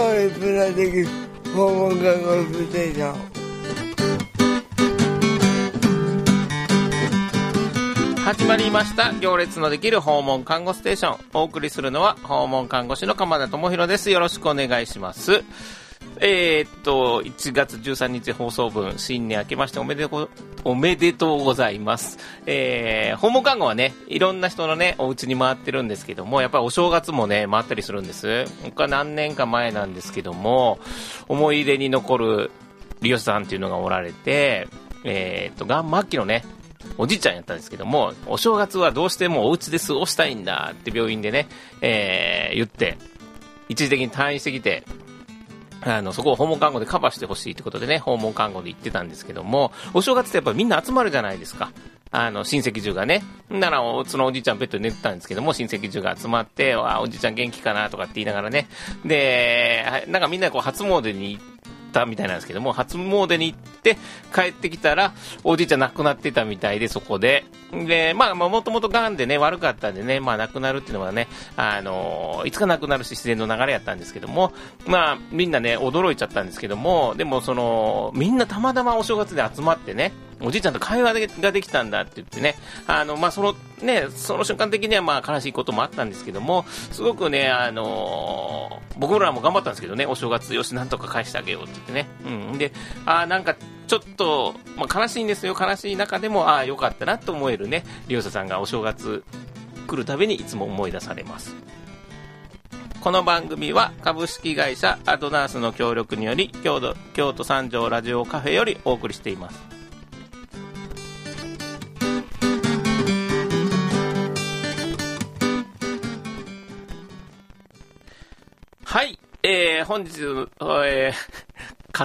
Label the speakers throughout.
Speaker 1: 済的訪問看護婦制度
Speaker 2: 始まりました行列のできる訪問看護ステーションお送りするのは訪問看護師の鎌田智博ですよろしくお願いしますえーっと1月13日放送分新年明けましておめでとうおめでとうございます、えー、訪問看護はねいろんな人のねお家に回ってるんですけどもやっぱりお正月もね回ったりするんです僕は何年か前なんですけども思い出に残る利用者さんっていうのがおられてえーっとが末期のねおじいちゃんやったんですけども、お正月はどうしてもお家で過ごしたいんだって病院でね、えー言って、一時的に退院してきて、あの、そこを訪問看護でカバーしてほしいってことでね、訪問看護で行ってたんですけども、お正月ってやっぱりみんな集まるじゃないですか。あの、親戚中がね。なら、おそのおじいちゃんベッドで寝てたんですけども、親戚中が集まって、わあおじいちゃん元気かなとかって言いながらね。で、はいなんかみんなこう初詣に行ったみたいなんですけども、初詣に行って帰ってきたら、おじいちゃん亡くなってたみたいで、そこで。で、まあ、もともと癌でね、悪かったんでね、まあ亡くなるっていうのはね、あのーいつか亡くなるし自然の流れやったんですけども、まあ、みんなね、驚いちゃったんですけども、でもその、みんなたまたまお正月で集まってね、おじいちゃんと会話ができたんだって言ってね、あの、まあ、その、ね、その瞬間的にはまあ悲しいこともあったんですけども、すごくね、あのー僕らも頑張ったんですけどね、お正月よし、なんとか返してあげようって言ってね、うん。で、あーなんか、ちょっと、まあ、悲しいんですよ、悲しい中でも、ああ、よかったなと思えるね、利用者さんがお正月来るたびにいつも思い出されます。この番組は株式会社アドナースの協力により京都京都三条ラジオカフェよりお送りしていますはい、えー、本日、えー、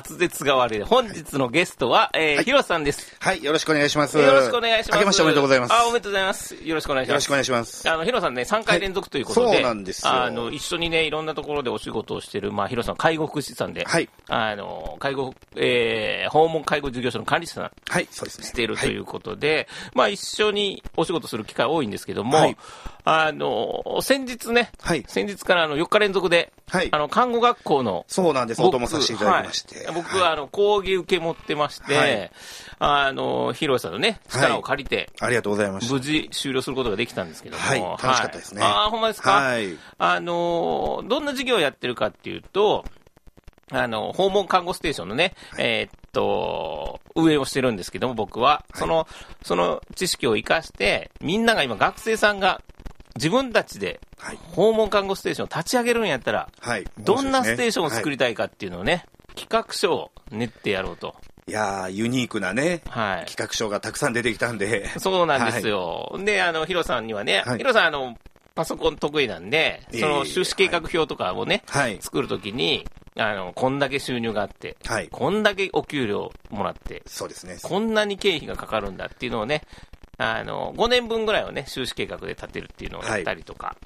Speaker 2: 滑舌が悪い。本日のゲストは、えーヒロさんです。
Speaker 3: はい、よろしくお願いします。
Speaker 2: よろしくお願いします。
Speaker 3: 明けましておめでとうございます。
Speaker 2: あ、おめでとうございます。よろしくお願いし
Speaker 3: よ
Speaker 2: ま
Speaker 3: ろ
Speaker 2: す
Speaker 3: しくお。願いします。
Speaker 2: あの、ヒロさんね、3回連続ということで、
Speaker 3: はいそうなんですよ
Speaker 2: あの、一緒にね、いろんなところでお仕事をしてる、まあ、ヒロさん、介護福祉士さんで、
Speaker 3: はい
Speaker 2: あの、介護、えー、訪問介護事業所の管理者さん
Speaker 3: はい、そうですね。
Speaker 2: している
Speaker 3: は
Speaker 2: ということで、まあ、一緒にお仕事する機会多いんですけども、
Speaker 3: はい
Speaker 2: あの、先日ね、
Speaker 3: はい
Speaker 2: 先日からあの4日連続で、
Speaker 3: はい
Speaker 2: あの、看護学校の、
Speaker 3: そうなんです。お供させていただきまして。
Speaker 2: はい僕はあの講義受け持ってまして、
Speaker 3: はい
Speaker 2: あのヒロさんのね力を借りて、
Speaker 3: ありがとうございました。
Speaker 2: 無事終了することができたんですけども、
Speaker 3: はい楽しかったですね
Speaker 2: ああ、ほんまですか、
Speaker 3: はい
Speaker 2: あのーどんな授業をやってるかっていうと、あの、訪問看護ステーションのね、えーっと、運営をしてるんですけども、僕は、その、その知識を活かして、みんなが今、学生さんが、自分たちで
Speaker 3: はい。
Speaker 2: 訪問看護ステーションを立ち上げるんやったら、
Speaker 3: はい。
Speaker 2: どんなステーションを作
Speaker 3: り、
Speaker 2: りたいかっていうのをね、企画書を練ってやろうと。
Speaker 3: い、やー、ユニークなね、
Speaker 2: はい。
Speaker 3: 企画書がたくさん出てきたんで。
Speaker 2: そうなんですよ。で、あの、ヒロさんにはね、
Speaker 3: はい
Speaker 2: ヒロさん、あの、パソコン得意なんで、
Speaker 3: ええ
Speaker 2: その収支計画表とかをね、
Speaker 3: はい
Speaker 2: 作るときに、あの、こんだけ収入があって、
Speaker 3: はい
Speaker 2: こんだけお給料もらって、
Speaker 3: そうですね。
Speaker 2: こんなに経費がかかるんだっていうのをね、あの、5年分ぐらいをね、収支計画で立てるっていうのをやったりとか、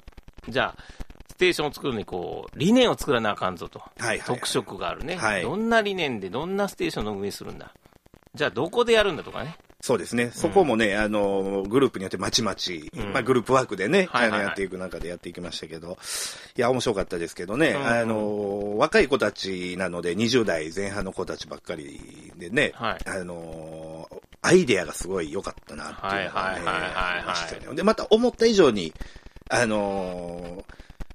Speaker 2: じゃあ、ステーションを作るのにこう、理念を作らなあかんぞと。
Speaker 3: いはいはい
Speaker 2: 特色があるね、
Speaker 3: はい
Speaker 2: どんな理念でどんなステーションの運営するんだ。じゃあ、どこでやるんだとかね。
Speaker 3: そうですね。そこもね、あの、グループによってまちまち、まあグループワークでね、
Speaker 2: はいはいはい
Speaker 3: あのやっていく中でやっていきましたけど、いや、面白かったですけどね、
Speaker 2: うん
Speaker 3: あの、若い子たちなので、20代前半の子たちばっかりでね、
Speaker 2: はい
Speaker 3: あの、アイデアがすごい良かったなっていうのがね、
Speaker 2: はいはいはいはいはい
Speaker 3: ありましたね。で、また思った以上に、あの、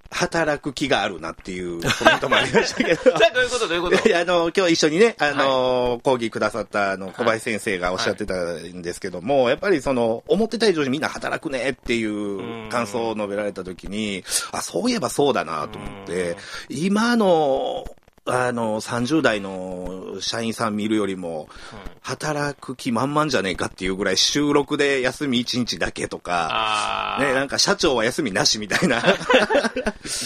Speaker 3: 働く気があるなっていうコメントもありましたけど
Speaker 2: じ。ゃあ、どういうことどういうこと
Speaker 3: いやあの、今日一緒にね、あの、講義くださった、あの、小林先生がおっしゃってたんですけども、やっぱりその、思ってた以上にみんな働くねっていう感想を述べられたときに、あ、そういえばそうだなと思って、今の、あの、30代の社員さん見るよりも、働く気満々じゃねえかっていうぐらい収録で休み1日だけとか、
Speaker 2: あー
Speaker 3: ね、なんか社長は休みなしみたいな。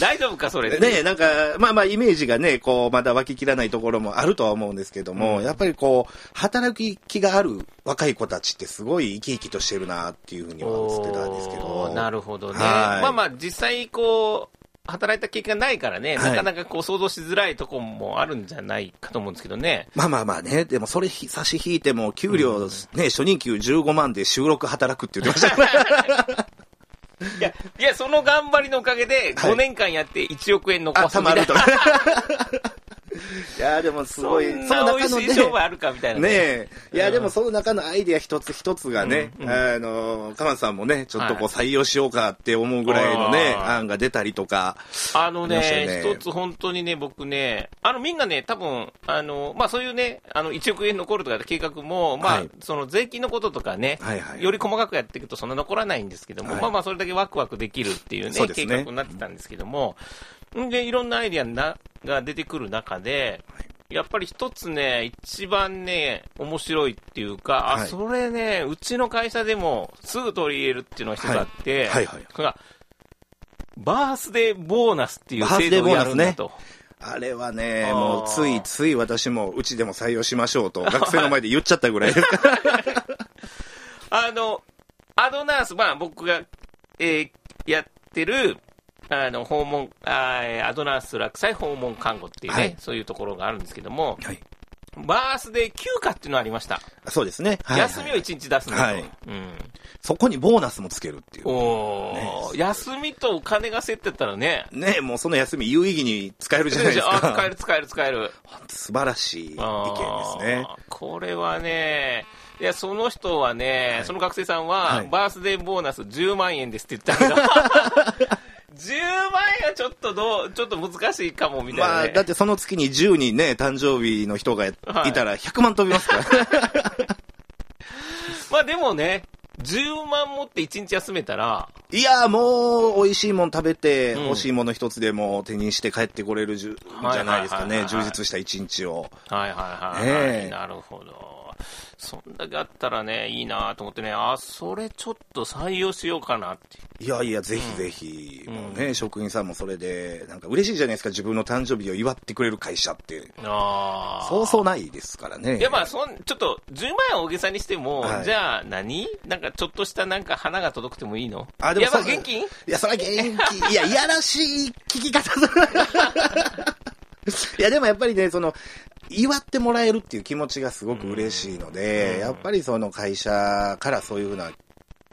Speaker 2: 大丈夫か、それ。
Speaker 3: ね、なんか、まあまあ、イメージがね、こう、まだ湧ききらないところもあるとは思うんですけども、やっぱりこう、働き気がある若い子たちってすごい生き生きとしてるなっていうふうには映ってたんですけ
Speaker 2: お
Speaker 3: ど。
Speaker 2: ーなるほどね。
Speaker 3: はい
Speaker 2: まあまあ、実際、こう、働いた経験がないからね、
Speaker 3: はい
Speaker 2: なかなかこう想像しづらいとこもあるんじゃないかと思うんですけどね。
Speaker 3: まあまあまあね、でもそれひ差し引いても、給料、ね、初任給15万で収録働くって言ってましたから。
Speaker 2: いや、いや、その頑張りのおかげで、
Speaker 3: はい
Speaker 2: 5年間やって1億円残
Speaker 3: あ、
Speaker 2: す
Speaker 3: た
Speaker 2: み
Speaker 3: ま
Speaker 2: た いな
Speaker 3: ると。いやーでもすご い、
Speaker 2: そんな美味しい商売あるかみたいな
Speaker 3: ねえ。いや、でもその中のアイディア一つ一つがね、あの、かまさんもね、ちょっとこう採用しようかって思うぐらいのね、
Speaker 2: はい
Speaker 3: 案が出たりとか。
Speaker 2: あの
Speaker 3: ありましたよ
Speaker 2: ね、
Speaker 3: ね
Speaker 2: 一、つ本当にね、僕ね、あのみんなね、多分あのまあそういうね、あの1億円残るとかって計画も、まあ、
Speaker 3: はい
Speaker 2: その税金のこととかね、
Speaker 3: はいはい
Speaker 2: より細かくやっていくと、そんな残らないんですけども、
Speaker 3: はい
Speaker 2: まあまあ、それだけワクワクできるっていうね、
Speaker 3: そうです
Speaker 2: 計
Speaker 3: ね
Speaker 2: 画になってたんですけども、んでいろんなアイディアなが出てくる中で、やっぱり一つね、一番ね、面白いっていうか、
Speaker 3: は
Speaker 2: あ
Speaker 3: い
Speaker 2: それね、うちの会社でもすぐ取り入れるっていうのが一つあっ
Speaker 3: はい
Speaker 2: て、
Speaker 3: はいはい
Speaker 2: それがバースデーボーナスっていう制度をやるんだと。
Speaker 3: あれはね、
Speaker 2: あー
Speaker 3: もうついつい私もうちでも採用しましょう と、学生の前で言っちゃったぐらいですから。
Speaker 2: あの、アドナース、まあ僕が、えーやってる、あの、訪問、あーえーアドナース落栽訪問看護っていうね、
Speaker 3: はい
Speaker 2: そういうところがあるんですけども、
Speaker 3: はい
Speaker 2: バースデー休暇っていうのがありました。
Speaker 3: そうですね。はい
Speaker 2: 休みを1日出すんだと。
Speaker 3: はい
Speaker 2: うん
Speaker 3: そこにボーナスもつけるっていう。
Speaker 2: おー休みとお金がセットやったらね、
Speaker 3: ねもうその休み有意義に使えるじゃないです
Speaker 2: あ使え
Speaker 3: か。
Speaker 2: る使える使える。
Speaker 3: 素晴らしい意見ですね。
Speaker 2: あーこれはね、いや、その人はね、その学生さんは、
Speaker 3: はい
Speaker 2: バースデーボーナス10万円ですって言ったけど、10万 円はちょっとどう、ちょっと難しいかもみたい
Speaker 3: ま
Speaker 2: な、
Speaker 3: あ、
Speaker 2: ね。
Speaker 3: だってその月に10人ね、誕生日の人がい
Speaker 2: はい
Speaker 3: たら100万飛びますから。
Speaker 2: まあでもね、10万持って1日休めたら、
Speaker 3: いやーもう、美味しいもん食べて、
Speaker 2: うん
Speaker 3: 欲しいもの一つでも手にして帰ってこれるじゅ、
Speaker 2: い
Speaker 3: じゃないですか
Speaker 2: はい
Speaker 3: ね。
Speaker 2: はいはい
Speaker 3: 充実した一日を。
Speaker 2: はいはいはい、はい
Speaker 3: ねえ
Speaker 2: なるほど。そんだけあったらね、いいなと思ってね、あ、それちょっと採用しようかなって。
Speaker 3: いやいや、ぜひぜひ、もうね、職員さんもそれで、なんか嬉しいじゃないですか、自分の誕生日を祝ってくれる会社って。
Speaker 2: あー
Speaker 3: そうそうないですからね。
Speaker 2: いやまあそんちょっと10万円は大げさにしても、
Speaker 3: はい
Speaker 2: じゃあ何なんかちょっとしたなんか花が届くてもいいの
Speaker 3: あでも
Speaker 2: いやまあ
Speaker 3: そう
Speaker 2: 現金
Speaker 3: いや、それは元気。い や、いやらしい聞き方だないや、でもやっぱりね、その、祝ってもらえるっていう気持ちがすごく嬉しいので、やっぱりその会社からそういうふうな、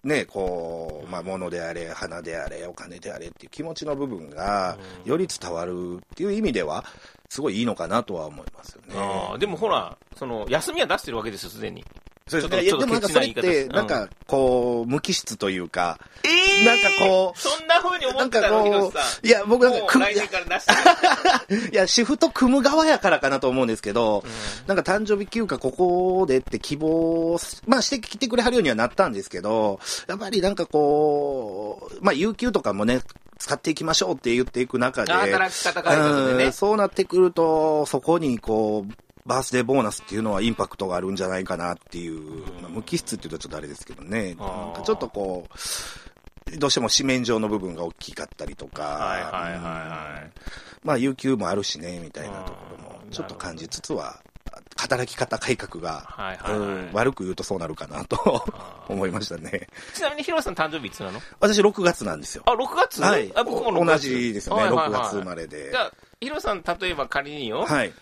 Speaker 3: ね、こう、まあ、物であれ、花であれ、お金であれっていう気持ちの部分が、より伝わるっていう意味では、すごいいいのかなとは思いますよね。
Speaker 2: あーでもほらその休みは出してるわけですよすでに
Speaker 3: そうです
Speaker 2: ちょっと
Speaker 3: ね。いや、でもなんかそれっ
Speaker 2: ちょっとケ
Speaker 3: て、
Speaker 2: チな言
Speaker 3: ない
Speaker 2: 方
Speaker 3: ん
Speaker 2: です
Speaker 3: か、こう、無機質というか、
Speaker 2: え
Speaker 3: なんかこう
Speaker 2: そんな風に思
Speaker 3: な
Speaker 2: っ
Speaker 3: ん
Speaker 2: て
Speaker 3: か
Speaker 2: たのひろ
Speaker 3: こ
Speaker 2: しさ
Speaker 3: う、いや、僕なんか
Speaker 2: もう
Speaker 3: 組
Speaker 2: 来
Speaker 3: み、
Speaker 2: 年から出して
Speaker 3: いや、シフト組む側やからかなと思うんですけど、なんか誕生日休暇ここでって希望す、まあしてきてくれはるようにはなったんですけど、やっぱりなんかこう、まあ有給とかもね、使っていきましょうって言っていく中 で、
Speaker 2: る働き方改革で
Speaker 3: う
Speaker 2: ね
Speaker 3: んそうなってくると、そこにこう、バースデーボーナスっていうのはインパクトがあるんじゃないかなっていう、まあ無機質っていうとちょっとあれですけどね、
Speaker 2: あー
Speaker 3: なんかちょっとこう、どうしても紙面上の部分が大きかったりとか、
Speaker 2: はいはいはいはい
Speaker 3: まあ、有給もあるしね、みたいなところも
Speaker 2: う、ん
Speaker 3: ちょっと感じつつは、働き方改革が、
Speaker 2: はいはいはい
Speaker 3: うん悪く言うとそうなるかなと思いましたね。
Speaker 2: ちなみにひろしさん誕生日いつなの
Speaker 3: 私、6月なんですよ。
Speaker 2: あ6月、
Speaker 3: はい。
Speaker 2: あ僕も
Speaker 3: お
Speaker 2: 6
Speaker 3: 同
Speaker 2: 月
Speaker 3: じですよね、
Speaker 2: はいはい
Speaker 3: 6
Speaker 2: はい
Speaker 3: 月生まれで
Speaker 2: じゃ。あひろしさん例えば仮によ、
Speaker 3: はい。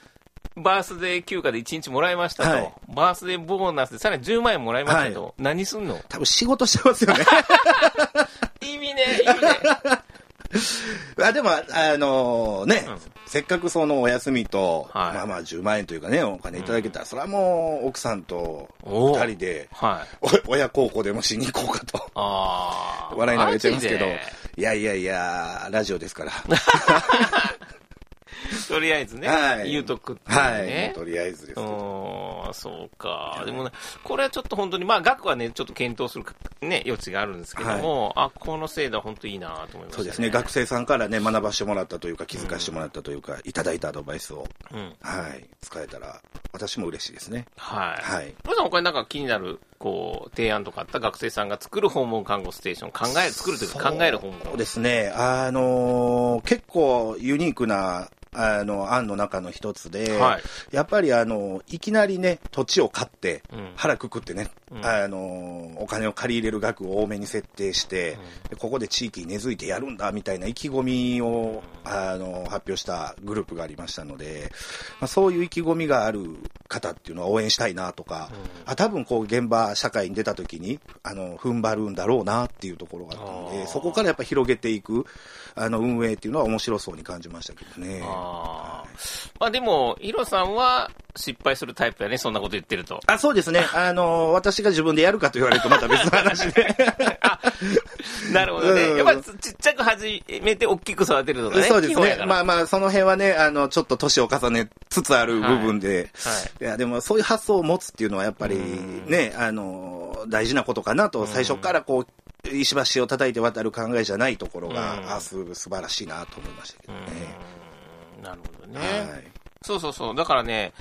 Speaker 2: バースデー休暇で1日もらいましたと、
Speaker 3: はい
Speaker 2: バースデーボーナスでさらに10万円もらいましたと、
Speaker 3: は
Speaker 2: 何すんの
Speaker 3: 多分仕事してます よね。
Speaker 2: 意味ね、意味ね。
Speaker 3: あでも、あのね、
Speaker 2: うん
Speaker 3: せっかくそのお休みと、
Speaker 2: はい
Speaker 3: まあまあ10万円というかね、お金いただけたら、それはもう奥さんと
Speaker 2: おー
Speaker 3: 2人で、
Speaker 2: はい。
Speaker 3: お親孝行でもしに行こうかと。
Speaker 2: あー
Speaker 3: 笑いながら言っちゃいますけど
Speaker 2: マジで、
Speaker 3: いやいやいや、ラジオです から。
Speaker 2: とりあえずね、
Speaker 3: はい
Speaker 2: 言うとくっていう
Speaker 3: はい、
Speaker 2: ね。
Speaker 3: とりあえずですけ
Speaker 2: う
Speaker 3: ど。
Speaker 2: ーんそうか。でもね、これはちょっと本当に、まあ、額はね、ちょっと検討するか、ね、余地があるんですけども、あ、この制度は本当いいなと思いました、ね。
Speaker 3: そうですね、学生さんからね、学ばしてもらったというか、気づかしてもらったというか、いただいたアドバイスを、
Speaker 2: うん。
Speaker 3: はい、使えたら、私も嬉しいですね。
Speaker 2: はい。
Speaker 3: はい
Speaker 2: ヒロさん、他になんか気になる、こう、提案とかあった学生さんが作る訪問看護ステーション、考える、作るというか考える訪問
Speaker 3: そうですね、あのー結構ユニークな、あの、案の中の一つで、
Speaker 2: はい
Speaker 3: やっぱりあの、いきなりね、土地を買って、
Speaker 2: うん
Speaker 3: 腹くくってね、
Speaker 2: うん
Speaker 3: あの、お金を借り入れる額を多めに設定して、でここで地域に根付いてやるんだ、みたいな意気込みを、あの、発表したグループがありましたので、まあ、そういう意気込みがある方っていうのは応援したいなとか、あ多分こう現場社会に出た時に、あの、踏ん張るんだろうなっていうところがあったの
Speaker 2: あー
Speaker 3: で、そこからやっぱ広げていく、あの、運営っていうのは面白そうに感じましたけどね。
Speaker 2: ああ、まあでも、ヒロさんは失敗するタイプやね、そんなこと言ってると。
Speaker 3: あ、そうですね。あの、私が自分でやるかと言われるとまた別の話で。
Speaker 2: なるほどね。
Speaker 3: うん
Speaker 2: やっぱりちちっちゃく始めて大きく育てるのがね、
Speaker 3: そうで
Speaker 2: 基
Speaker 3: す
Speaker 2: 本や
Speaker 3: ね
Speaker 2: か。ら。
Speaker 3: まあまあ、その辺はね、あの、ちょっと年を重ねつつある部分で。
Speaker 2: はいは
Speaker 3: い
Speaker 2: い
Speaker 3: や、でもそういう発想を持つっていうのはやっぱりね、あの、大事なことかなと、最初からこう、石橋を叩いて渡る考えじゃないところ
Speaker 2: うん
Speaker 3: が、あ、す、素晴らしいなと思いましたけどね。
Speaker 2: うんなるほどね。
Speaker 3: はい。
Speaker 2: そうそうそう。だからね、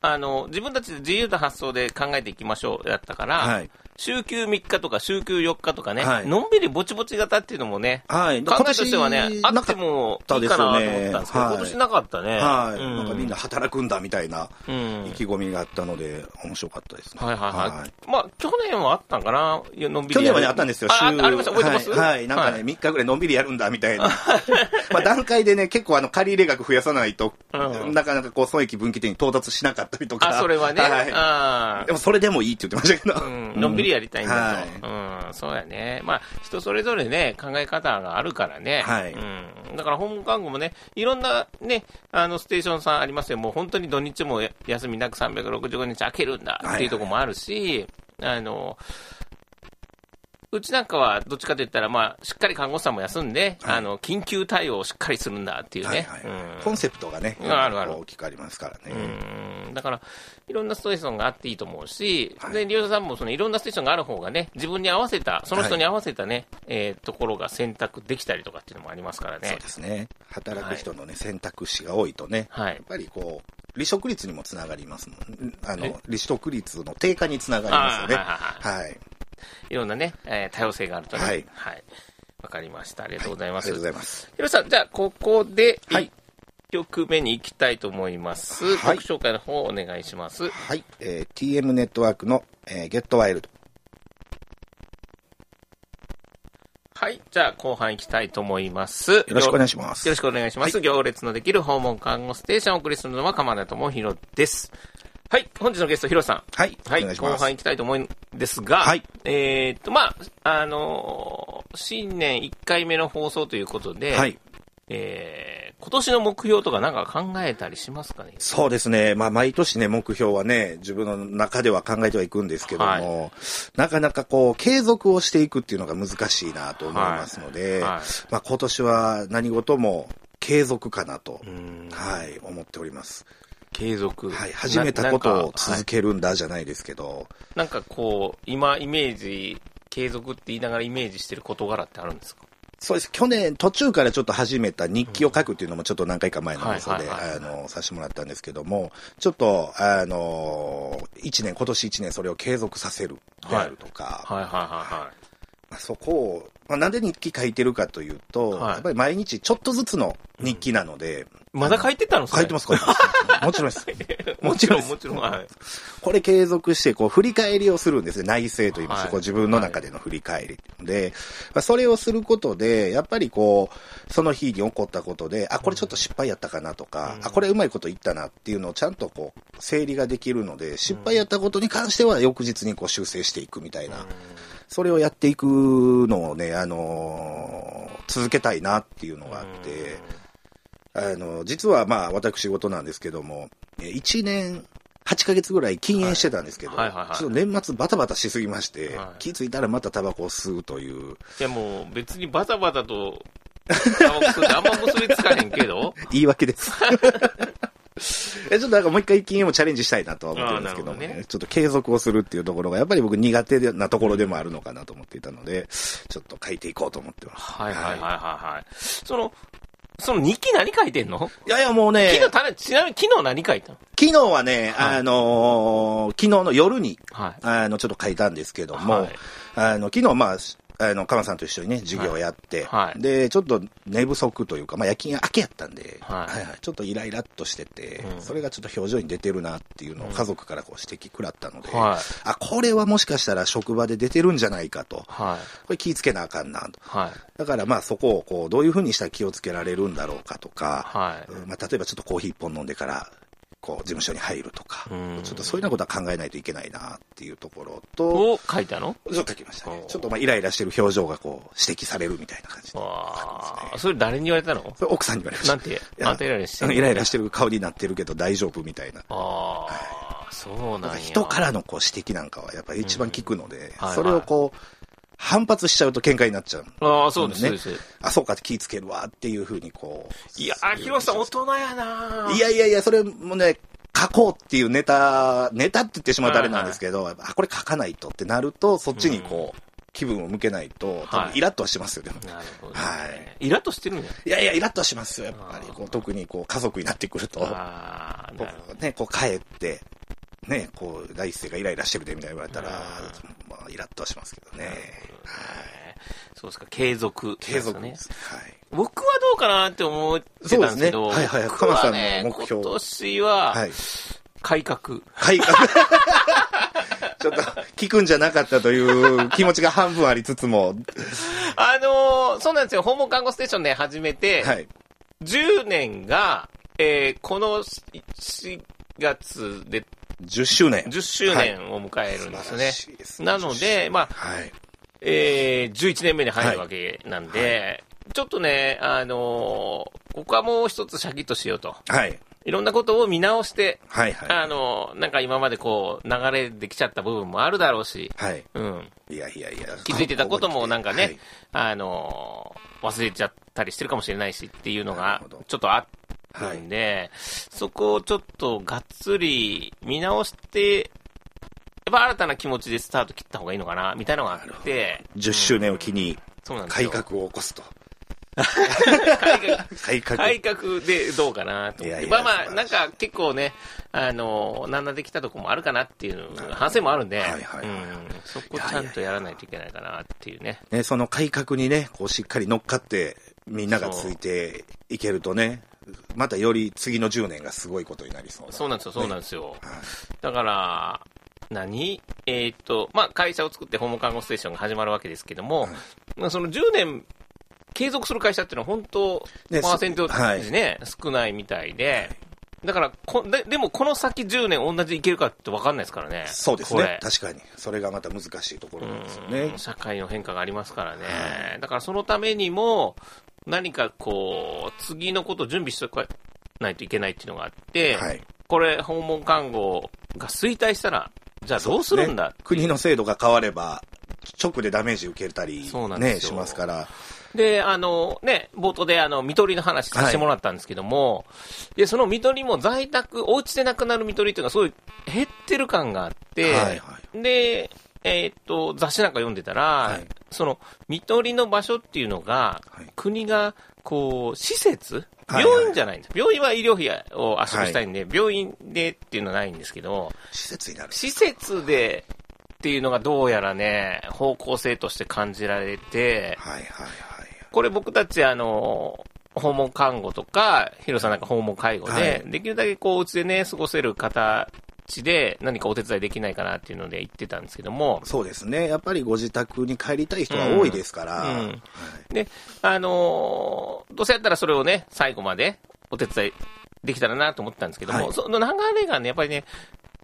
Speaker 2: あの、自分たちで自由な発想で考えていきましょうやったから、
Speaker 3: はい。
Speaker 2: 週休3日とか週休4日とかね、
Speaker 3: はい
Speaker 2: のんびりぼちぼち型っていうのもね、
Speaker 3: はい。
Speaker 2: 考えとしてはね、あ
Speaker 3: な
Speaker 2: っても
Speaker 3: た
Speaker 2: いい
Speaker 3: で
Speaker 2: か
Speaker 3: す
Speaker 2: なと
Speaker 3: よ
Speaker 2: 思っ
Speaker 3: ね
Speaker 2: たんですけど、
Speaker 3: はい
Speaker 2: 今年なかったね。
Speaker 3: はい。
Speaker 2: うん
Speaker 3: なんかみんな働くんだみたいな
Speaker 2: うん
Speaker 3: 意気込みがあったので、面白かったですね。
Speaker 2: はいはいはい。まあ、去年はあったんかな、のんびりやる。
Speaker 3: 去年はね、あったんですよ、
Speaker 2: ああありました、覚えてます
Speaker 3: はい、はいなんかね、
Speaker 2: はい
Speaker 3: 3日ぐらいのんびりやるんだ、みたいな。まあ、段階でね、結構あの、借り入れ額増やさないと、
Speaker 2: うん
Speaker 3: なかなかこう、損益分岐点に到達しなかったりとか。
Speaker 2: あ、それはね。
Speaker 3: は
Speaker 2: あ
Speaker 3: い。
Speaker 2: ー
Speaker 3: でも、それでもいいって言ってましたけど。
Speaker 2: うん、のんびりやりたいんだと、うん、そうやね、まあ、人それぞれね、考え方があるからね、
Speaker 3: はい
Speaker 2: うん、だから訪問看護もね、いろんなね、あのステーションさんありますよ、もう本当に土日もや休みなく365日開けるんだっていうところもあるし、あのうちなんかはどっちかと言ったら、まあ、しっかり看護師さんも休んで、
Speaker 3: はい
Speaker 2: あの緊急対応をしっかりするんだっていう
Speaker 3: はい
Speaker 2: ね。
Speaker 3: はい、
Speaker 2: うん
Speaker 3: コンセプトがね、
Speaker 2: あるある
Speaker 3: 大きくありますからね。
Speaker 2: うんだから、いろんなステーションがあっていいと思うし、
Speaker 3: はい
Speaker 2: で利用者さんもそのいろんなステーションがある方がね、自分に合わせた、その人に合わせたね、えーところが選択できたりとかっていうのもありますから
Speaker 3: そ
Speaker 2: ね
Speaker 3: うで。すね。働く人のね、選択肢が多いとね、
Speaker 2: は
Speaker 3: や
Speaker 2: い
Speaker 3: っ。ぱりこう、離職率にもつながりますもん。あ
Speaker 2: え
Speaker 3: の、離職率の低下につながりますよね。
Speaker 2: あー
Speaker 3: はい。
Speaker 2: いろんなね、えー多様性があるとね。は
Speaker 3: はいい。
Speaker 2: わ、かりました。ありがとうござい
Speaker 3: あ
Speaker 2: ま
Speaker 3: りがと
Speaker 2: す。
Speaker 3: うございます。
Speaker 2: ヒロさん、じゃあ、ここで、
Speaker 3: は
Speaker 2: 1
Speaker 3: い
Speaker 2: 曲目に行きたいと思います。
Speaker 3: はい
Speaker 2: 曲紹介の方お願いします。
Speaker 3: はい。えー TM ネットワークの、えー、ゲットワイルド。
Speaker 2: はい。じゃあ、後半行きたいと思います。よ
Speaker 3: よろしくお願いします。
Speaker 2: よろしくお願いします。行列のできる訪問看護ステーションをお送りするのは鎌田智弘です。はい、本日のゲスト、ヒロさ
Speaker 3: はい。
Speaker 2: ん。はい、
Speaker 3: お願いし
Speaker 2: 後
Speaker 3: ます。
Speaker 2: 半行きたいと思うんですが、
Speaker 3: はい
Speaker 2: えーっと、まあ、あのー新年1回目の放送ということで、
Speaker 3: はい。
Speaker 2: えー今年の目標とかなんか考えたりしますかね
Speaker 3: そうですね。まあ、毎年ね、目標はね、自分の中では考えてはいくんですけども、
Speaker 2: は
Speaker 3: なかなかこう、継続をしていくっていうのが難しいなと思いますので、
Speaker 2: はいはい
Speaker 3: まあ、今年は何事も継続かなと、
Speaker 2: うん
Speaker 3: はい、思っております。
Speaker 2: 継続。
Speaker 3: はい、始めたことを
Speaker 2: ななん
Speaker 3: 続
Speaker 2: か
Speaker 3: けるんだじゃないですけど、
Speaker 2: はいなんかこう、今、イメージ、継続って言いながらイメージしてる事柄ってあるんですか
Speaker 3: そうです。去年、途中からちょっと始めた日記を書くっていうのもちょっと何回か前の放送
Speaker 2: はい
Speaker 3: で、
Speaker 2: はいはい
Speaker 3: あの、させてもらったんですけども、ちょっと、あの、一年、今年一年それを継続させるであるとか、
Speaker 2: はいはいはいはい。
Speaker 3: まあそこを、まあ、なんで日記書いてるかというと、
Speaker 2: はい
Speaker 3: やっぱり毎日ちょっとずつの日記なので、
Speaker 2: まだ書いてたの。
Speaker 3: 書いてますす、書いてます。 もちろんです。
Speaker 2: もちろん、もちろん。はい。
Speaker 3: これ継続して、こう、振り返りをするんですね。内政と言います
Speaker 2: はい
Speaker 3: か、こう自分の中での振り返り。で、まあそれをすることで、やっぱりこう、その日に起こったことで、あ、これちょっと失敗やったかなとか、
Speaker 2: うん
Speaker 3: あ、これうまいこと言ったなっていうのをちゃんとこう、整理ができるので、失敗やったことに関しては翌日にこう修正していくみたいな、それをやっていくのをね、あのー続けたいなっていうのがあって、あの、実はまあ私事なんですけども、え1年8ヶ月ぐらい禁煙してたんですけど、
Speaker 2: はいはいはいはい
Speaker 3: ちょっと年末バタバタしすぎまして、
Speaker 2: はい
Speaker 3: 気づいたらまたタバコを吸うという、
Speaker 2: いやもう別にバタバタと、タバコ吸ってあんま結びつかへんけど、
Speaker 3: 言い訳 です。えちょっとなんかもう一回禁煙をチャレンジしたいなとは思ってるんですけども
Speaker 2: あーなるほど
Speaker 3: ね
Speaker 2: ね
Speaker 3: ちょっと継続をするっていうところがやっぱり僕苦手なところでもあるのかなと思っていたので、ちょっと書いていこうと思ってます。
Speaker 2: はいはいはいはいはい。その、その日記何書いてんの
Speaker 3: いやいやもうね、
Speaker 2: 昨日ただ、ちなみに昨日何書いたの
Speaker 3: 昨日はね、
Speaker 2: はい
Speaker 3: あのー昨日の夜に、
Speaker 2: はい。
Speaker 3: あの、ちょっと書いたんですけども、
Speaker 2: はい
Speaker 3: あの、昨日、まあ、あの、川さんと一緒にね、授業をやって、
Speaker 2: はいはい
Speaker 3: で、ちょっと寝不足というか、まあ、夜勤明けやったんで、
Speaker 2: はい
Speaker 3: はいちょっとイライラっとしてて、
Speaker 2: うん
Speaker 3: それがちょっと表情に出てるなっていうのを家族からこう指摘食らったので、
Speaker 2: はい
Speaker 3: あ、これはもしかしたら職場で出てるんじゃないかと、
Speaker 2: はい。
Speaker 3: これ気ぃつけなあかんなと。
Speaker 2: はい。
Speaker 3: だからまあそこをこう、どういうふうにしたら気をつけられるんだろうかとか、
Speaker 2: はい。
Speaker 3: うんまあ、例えばちょっとコーヒー一本飲んでから、こう、事務所に入るとか、
Speaker 2: うん
Speaker 3: ちょっとそういうようなことは考えないといけないなっていうところと、
Speaker 2: を書いたの
Speaker 3: ちょっと書きましたね
Speaker 2: お。
Speaker 3: ちょっとまあイライラしてる表情がこう、指摘されるみたいな感じで。
Speaker 2: わあ、それ誰に言われたの
Speaker 3: それ奥さんに言われました。
Speaker 2: なんて
Speaker 3: いや
Speaker 2: あんたイライラしてる
Speaker 3: イライラしてる顔になってるけど大丈夫みたいな。
Speaker 2: ああ、そうなんや。
Speaker 3: 人からのこう指摘なんかはやっぱり一番聞くので、
Speaker 2: はい
Speaker 3: それをこう、反発しちゃうと喧嘩になっちゃう。
Speaker 2: ああ、そうです、
Speaker 3: ね
Speaker 2: そうです。
Speaker 3: あ、そうか、気ぃつけるわっていうふうにこう。
Speaker 2: いや、あ、ヒロさん大人やなぁ
Speaker 3: いやいやいや、それもね、書こうっていうネタ、ネタって言ってしまうとあれなんですけど、あ、これ書かないとってなると、そっちにこう、気分を向けないと、多
Speaker 2: は
Speaker 3: 分
Speaker 2: い
Speaker 3: イラッとはしますよ、でも。
Speaker 2: なるほど、ね。
Speaker 3: はい
Speaker 2: イラッとしてるんや。
Speaker 3: いやいや、イラッとはしますよ、やっぱり。こう特にこう、家族になってくると。
Speaker 2: ああ、な
Speaker 3: こ
Speaker 2: るほど。
Speaker 3: うね、こう帰って、ね、こう、第一声がイライラしてるでみたいに言われたら、まあ、イラッとはしますけどね。
Speaker 2: そうですか、継続、
Speaker 3: 継続
Speaker 2: ね
Speaker 3: で。す。はい。
Speaker 2: 僕はどうかなって思ってたんですけど、
Speaker 3: そうですねはいはい
Speaker 2: 僕は
Speaker 3: 鎌田
Speaker 2: ね
Speaker 3: さん、の目標
Speaker 2: 今年は
Speaker 3: はい。
Speaker 2: 改革。
Speaker 3: はい。 ちょっと、聞くんじゃなかったという気持ちが半分ありつつも、
Speaker 2: あのーそうなんですよ、訪問看護ステーションで始めて、
Speaker 3: はい。
Speaker 2: 10年が、えーこの4月で
Speaker 3: 10周年。
Speaker 2: 10周年を迎えるんですね。
Speaker 3: はい素晴らしいですね
Speaker 2: なので、まあ、
Speaker 3: はい。
Speaker 2: えー、11年目に入るわけなんで、ちょっとね、あのーここはもう一つシャキッとしようと。
Speaker 3: はい。
Speaker 2: いろんなことを見直して、
Speaker 3: はい。は
Speaker 2: あのーなんか今までこう、流れできちゃった部分もあるだろうし、
Speaker 3: い。はい。
Speaker 2: うん。
Speaker 3: いやいやいや。
Speaker 2: 気づいてたこともなんかね、
Speaker 3: はい
Speaker 2: あのー忘れちゃったりしてるかもしれないしっていうの
Speaker 3: なる
Speaker 2: が
Speaker 3: ほど、
Speaker 2: ちょっとあるんで、そこをちょっとがっつり見直して、やっぱ新たな気持ちでスタート切った方がいいのかな、みたいなのがあって、
Speaker 3: 10周年を機に、
Speaker 2: そうなんです
Speaker 3: 改
Speaker 2: よ。
Speaker 3: 革を起こすと。
Speaker 2: 改革。
Speaker 3: 改革。
Speaker 2: 改革でどうかなと思って。
Speaker 3: いやいや
Speaker 2: まあま
Speaker 3: 素
Speaker 2: あ、
Speaker 3: 晴
Speaker 2: な
Speaker 3: ら
Speaker 2: ん
Speaker 3: しい
Speaker 2: か結構ね、あの、なんだできたとこもあるかなっていう反省もあるんで、
Speaker 3: はいはいはいはい
Speaker 2: うんそこちゃんとやらないといけないかなっていうね。
Speaker 3: ね、その改革にね、こうしっかり乗っかって、みんながついていけるとね、またより次の10年がすごいことになりそうな。
Speaker 2: そうなんですよ、そうなん
Speaker 3: で
Speaker 2: ですよ。
Speaker 3: す。
Speaker 2: だから、何えーっと、まあ、会社を作って訪問看護ステーションが始まるわけですけども、まあその10年継続する会社っていうのは本当、
Speaker 3: ね
Speaker 2: パーセント
Speaker 3: すはい
Speaker 2: ですね、少ないみたいで、だからこで、でもこの先10年同じいけるかって分かんないですからね。
Speaker 3: そうです
Speaker 2: こ
Speaker 3: ね
Speaker 2: れ。
Speaker 3: 確かに。それがまた難しいところなんですよね
Speaker 2: うん。社会の変化がありますからね、だからそのためにも、何かこう、次のことを準備しておかないといけないっていうのがあって、
Speaker 3: はい。
Speaker 2: これ、訪問看護が衰退したら、じゃあどうするんだ、
Speaker 3: ね国の制度が変われば、直でダメージ受けたり
Speaker 2: そうな、んで
Speaker 3: ね、
Speaker 2: すよ
Speaker 3: しますから。
Speaker 2: で、あのね、冒頭であの、見取りの話させてもらったんですけども、で、その見取りも在宅、お家で亡くなる見取りっていうのがすごい減ってる感があって、
Speaker 3: はいは
Speaker 2: で、えーっと、雑誌なんか読んでたら、
Speaker 3: い
Speaker 2: その、見取りの場所っていうのが、
Speaker 3: はい
Speaker 2: 国が、こう、施設
Speaker 3: はい
Speaker 2: 病院じゃないんです。病院は医療費を圧縮したいんで、病院でっていうのはないんですけど、
Speaker 3: 施設になる。
Speaker 2: 施設でっていうのがどうやらね、方向性として感じられて、
Speaker 3: はいはいはい。
Speaker 2: これ僕たち、あの、訪問看護とか、ヒロさんなんか訪問介護で、
Speaker 3: はい
Speaker 2: できるだけこう、うちでね、過ごせる形で何かお手伝いできないかなっていうので言ってたんですけども、
Speaker 3: そうですね。やっぱりご自宅に帰りたい人が多いですから。
Speaker 2: うんうん
Speaker 3: はい
Speaker 2: で、あのーどうせやったらそれをね、最後までお手伝いできたらなと思ったんですけども、
Speaker 3: はい
Speaker 2: その流れがね、やっぱりね、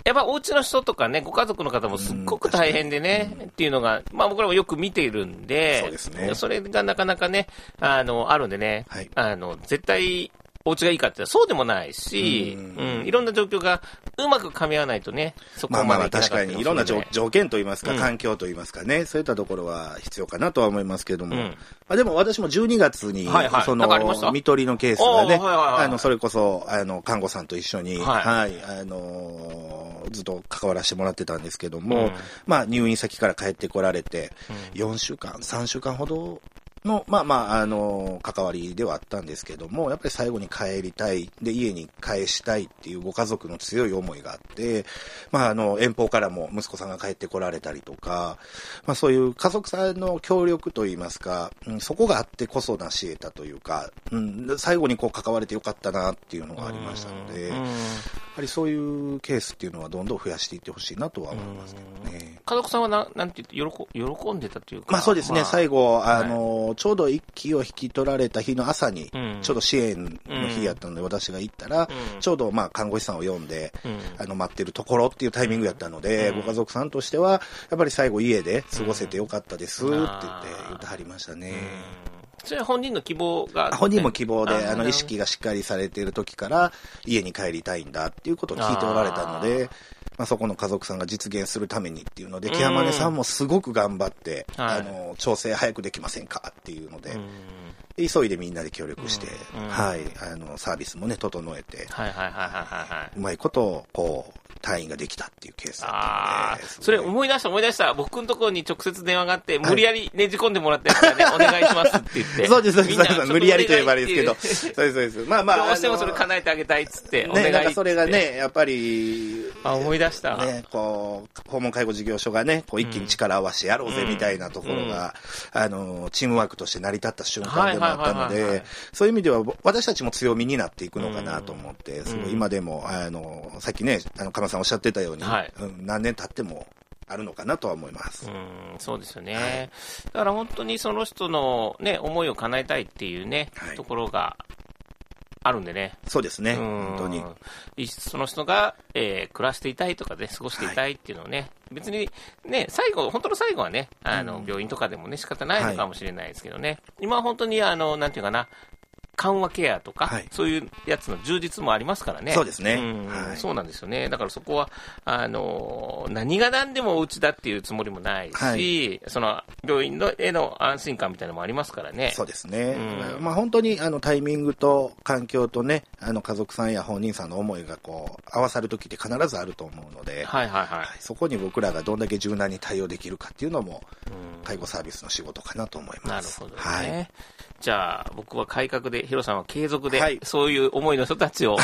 Speaker 2: やっぱお家の人とかね、ご家族の方もすっごく大変でね、っていうのが、まあ僕らもよく見ているんで、
Speaker 3: そうですね
Speaker 2: それがなかなかね、あの、あるんでね、
Speaker 3: はい
Speaker 2: あの、絶対、お家がいいかって言ったらそうでもないし、う
Speaker 3: うんん、
Speaker 2: いろんな状況がうまく噛み合わないとね、そこ
Speaker 3: まあ
Speaker 2: ま
Speaker 3: ま
Speaker 2: で
Speaker 3: あ
Speaker 2: いけな
Speaker 3: 確
Speaker 2: かった
Speaker 3: か
Speaker 2: り
Speaker 3: に
Speaker 2: も
Speaker 3: い
Speaker 2: する
Speaker 3: ろ
Speaker 2: ん
Speaker 3: ん
Speaker 2: で
Speaker 3: な条条件といいますか、
Speaker 2: うん
Speaker 3: 環境といいますかね、そういったところは必要かなとは思いますけども、
Speaker 2: うん
Speaker 3: まあ、でも私も12月に、
Speaker 2: はいはい
Speaker 3: そ
Speaker 2: なんかありました
Speaker 3: の、見取りのケースがね、
Speaker 2: おーはいはいはい
Speaker 3: あのそれこそあの看護さんと一緒に、
Speaker 2: はい
Speaker 3: はいあのーずっと関わらせてもらってたんですけども、
Speaker 2: うん
Speaker 3: まあ、入院先から帰ってこられて、4週間、3週間ほどの、まあまあ、あの、関わりではあったんですけども、やっぱり最後に帰りたい、で、家に帰したいっていうご家族の強い思いがあって、まあ、あの、遠方からも息子さんが帰ってこられたりとか、まあそういう家族さんの協力といいますか、うん、そこがあってこそなし得たというか、うん、最後にこう関われてよかったなっていうのがありましたので、
Speaker 2: う
Speaker 3: や
Speaker 2: ん
Speaker 3: はりそういうケースっていうのはどんどん増やしていってほしいなとは思いますけどね。
Speaker 2: 家族さんはななんて言って喜喜んでたというか、
Speaker 3: まあそうですね、
Speaker 2: まあ
Speaker 3: 最後、あの、の、ちょうど一期を引き取られた日の朝に、
Speaker 2: うん
Speaker 3: ちょうど支援の日やったので、私が行ったら、
Speaker 2: うん
Speaker 3: ちょうどまあ、看護師さんを呼んで、
Speaker 2: うん
Speaker 3: あの、待ってるところっていうタイミングやったので、
Speaker 2: うん
Speaker 3: ご家族さんとしては、やっぱり最後家で過ごせてよかったです、って言って
Speaker 2: うん、
Speaker 3: 言ってはりましたね。
Speaker 2: それは本人の希望があって
Speaker 3: あ本人も希望で、
Speaker 2: あ
Speaker 3: あの、意識がしっかりされている時から、家に帰りたいんだっていうことを聞いておられたので、まあ、そこの家族さんが実現するためにっていうので、
Speaker 2: うん
Speaker 3: ケアマネさんもすごく頑張って、
Speaker 2: はい
Speaker 3: あの、調整早くできませんかっていうので、
Speaker 2: うん
Speaker 3: 急いでみんなで協力して、
Speaker 2: うん
Speaker 3: はい、あの、サービスもね、整えて、
Speaker 2: はいはいはいはいはいはいう
Speaker 3: まいことを、こう、隊員ができたっていうケースだった
Speaker 2: あ
Speaker 3: ので、
Speaker 2: ー
Speaker 3: すごい
Speaker 2: それ思い出した思い出した僕のところに直接電話があって無理やりねじ込んでもらったやつ がねお願いしますって言って
Speaker 3: そうです、そうです、
Speaker 2: みん
Speaker 3: そうです。
Speaker 2: なちょっと
Speaker 3: 無理やりと言えばあれですけど、
Speaker 2: お願いって
Speaker 3: そ
Speaker 2: い
Speaker 3: です、
Speaker 2: う
Speaker 3: そうです。まあまあ、
Speaker 2: どうしてもそれ
Speaker 3: あの
Speaker 2: 叶えてあげたいっつってお願い
Speaker 3: ね、
Speaker 2: って
Speaker 3: なんかそれがね、やっぱり、
Speaker 2: あ思い出した
Speaker 3: ね、こう、訪問介護事業所がね、こう一気に力を合わせてやろうぜみたいなところが、あの、チームワークとして成り立った瞬間でもあったの
Speaker 2: はいはいはいはい
Speaker 3: で
Speaker 2: はい、
Speaker 3: そういう意味では私たちも強みになっていくのかなと思って、
Speaker 2: ん
Speaker 3: すごい今でも、あの、さっきね、あの、鎌さんおっしゃってたように、
Speaker 2: はい
Speaker 3: うん何年経ってもあるのかなとは思います。
Speaker 2: うんそうですよね、だから本当にその人の、ね、思いを叶えたいっていうね、
Speaker 3: はい
Speaker 2: ところがあるんでね、
Speaker 3: そうですね、
Speaker 2: うん
Speaker 3: 本当に。
Speaker 2: いその人が、えー暮らしていたいとかで、過ごしていたいっていうのをね、別にね、最後、本当の最後はね、あの、病院とかでもね、仕方ないのかもしれないですけどね、今は本当に、あの、なんていうかな、緩和ケアとか、
Speaker 3: はい
Speaker 2: そういうやつの充実もありますからね。
Speaker 3: そうですね
Speaker 2: ん
Speaker 3: はい
Speaker 2: そうなんですよね。だからそこは、あの、何が何でもお家だっていうつもりもないし、
Speaker 3: は
Speaker 2: その、病院のへの安心感みたいなのもありますからね。
Speaker 3: そうですね、
Speaker 2: うん
Speaker 3: まあ、本当にあのタイミングと環境とね、あの家族さんや本人さんの思いがこう合わさるときって必ずあると思うので、
Speaker 2: はいはいはい。
Speaker 3: そこに僕らがどんだけ柔軟に対応できるかっていうのも、
Speaker 2: うん
Speaker 3: 介護サービスの仕事かなと思い
Speaker 2: な
Speaker 3: ま
Speaker 2: る
Speaker 3: す。
Speaker 2: ほどね。
Speaker 3: はい。
Speaker 2: じゃあ、僕は改革で、ヒロさんは継続で、
Speaker 3: はい
Speaker 2: そういう思いの人たちを、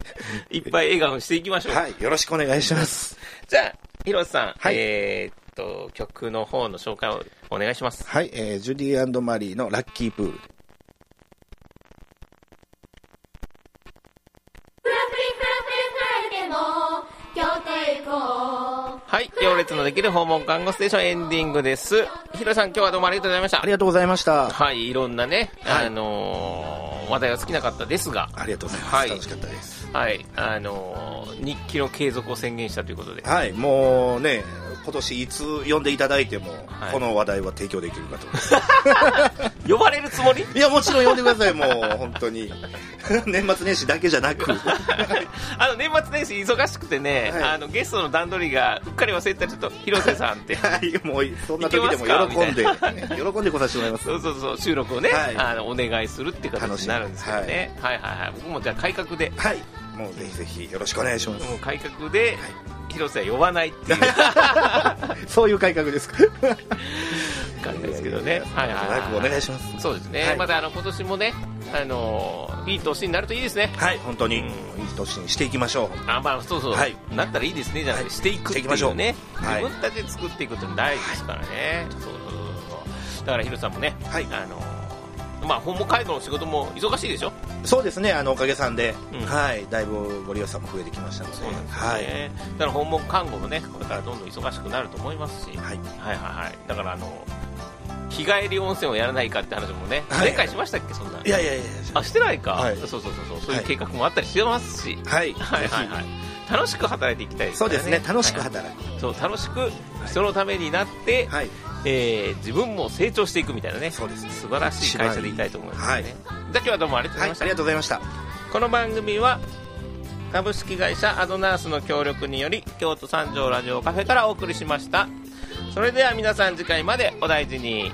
Speaker 2: いっぱい笑顔にしていきましょう。
Speaker 3: はい。よろしくお願いします。
Speaker 2: じゃあ、ヒロさん、
Speaker 3: はい
Speaker 2: えーっと、曲の方の紹介をお願いします。
Speaker 3: はい。えージュディマリーのラッキープール。
Speaker 4: フラフリフラフリフライでも今日で行こう
Speaker 2: はい、行列のできる訪問看護ステーションエンディングです。ヒロさん、今日はどうもありがとうございました
Speaker 3: あり。がとうございました。
Speaker 2: はい、いろんなね、
Speaker 3: はい
Speaker 2: あのー話題が尽きなかったですが、
Speaker 3: ありがとうございます。
Speaker 2: はい
Speaker 3: 楽しかったです。
Speaker 2: はい、あのー日記の継続を宣言したということで、
Speaker 3: はい。もうね、今年いつ呼んでいただいても、
Speaker 2: はい
Speaker 3: この話題は提供できるかと思い ます。
Speaker 2: 呼ばれるつもり
Speaker 3: いや、もちろん呼んでください、もう、本当に。 年末年始だけじゃなく。
Speaker 2: あの年末年始忙しくてね、
Speaker 3: はい
Speaker 2: あのゲストの段取りがうっかり忘れてたちょっと広瀬さんって
Speaker 3: はい、もう、そんな時でも喜んで、喜んで来させてもらいます
Speaker 2: そ。うそうそう収録をね、
Speaker 3: はい
Speaker 2: あのお願いするっていう形になるんですけどね、はい、はいはい僕もじゃあ改革で
Speaker 3: はい、もうぜひぜひよろしくお願いしま
Speaker 2: もう改革で、広瀬は呼ばないっていう
Speaker 3: す。 そういう改革ですか。
Speaker 2: 感じですけどねはいはい
Speaker 3: 早くお
Speaker 2: はい
Speaker 3: 願いします。
Speaker 2: そうですね、
Speaker 3: はい
Speaker 2: またあの今年もねあのーいい年になるといいですね
Speaker 3: はい、本当に、いい
Speaker 2: うん
Speaker 3: 年にしていきましょう。
Speaker 2: あまあそうそう、
Speaker 3: はい
Speaker 2: なったらいいですねじゃなくて、
Speaker 3: はい
Speaker 2: していくって
Speaker 3: していきまし
Speaker 2: い
Speaker 3: ょ
Speaker 2: う
Speaker 3: う
Speaker 2: ね
Speaker 3: はい
Speaker 2: 自分たちで作っていくことに大事ですからね、そうそうそうそうだからヒロさんもね、
Speaker 3: はい
Speaker 2: あのまあ訪問介護の仕事も忙しいでしょ
Speaker 3: そうですね、あの、おかげさんで、
Speaker 2: うん
Speaker 3: はい、だいぶご利用者も増えてきましたので、はい、
Speaker 2: ねだから訪問看護もねこれからどんどん忙しくなると思いますし、はい、
Speaker 3: はい。
Speaker 2: はいはいだからあの日帰り温泉をやらないかって話もね、
Speaker 3: はい
Speaker 2: 前回しましたっけそんない
Speaker 3: やいやいや、
Speaker 2: あしてないか、
Speaker 3: はい
Speaker 2: そうそうそうそうそういう
Speaker 3: はい
Speaker 2: 計画もあったりしてますし、
Speaker 3: はい、
Speaker 2: はいはいはい楽しく働いていきたいです
Speaker 3: そ
Speaker 2: か
Speaker 3: う
Speaker 2: らね
Speaker 3: ですね、楽しく働く。
Speaker 2: そう楽しく人のためになって、
Speaker 3: はい、
Speaker 2: えー自分も成長していくみたいなね
Speaker 3: そうですね
Speaker 2: 素晴らしい会社でいたいと思いますね、
Speaker 3: はい
Speaker 2: じゃあ今日はどうもありがとうご
Speaker 3: は
Speaker 2: ざ
Speaker 3: い、あ
Speaker 2: い
Speaker 3: り
Speaker 2: ま
Speaker 3: が
Speaker 2: した、
Speaker 3: とうございました。
Speaker 2: この番組は株式会社アドナースの協力により京都三条ラジオカフェからお送りしましたそれでは皆さん次回までお大事に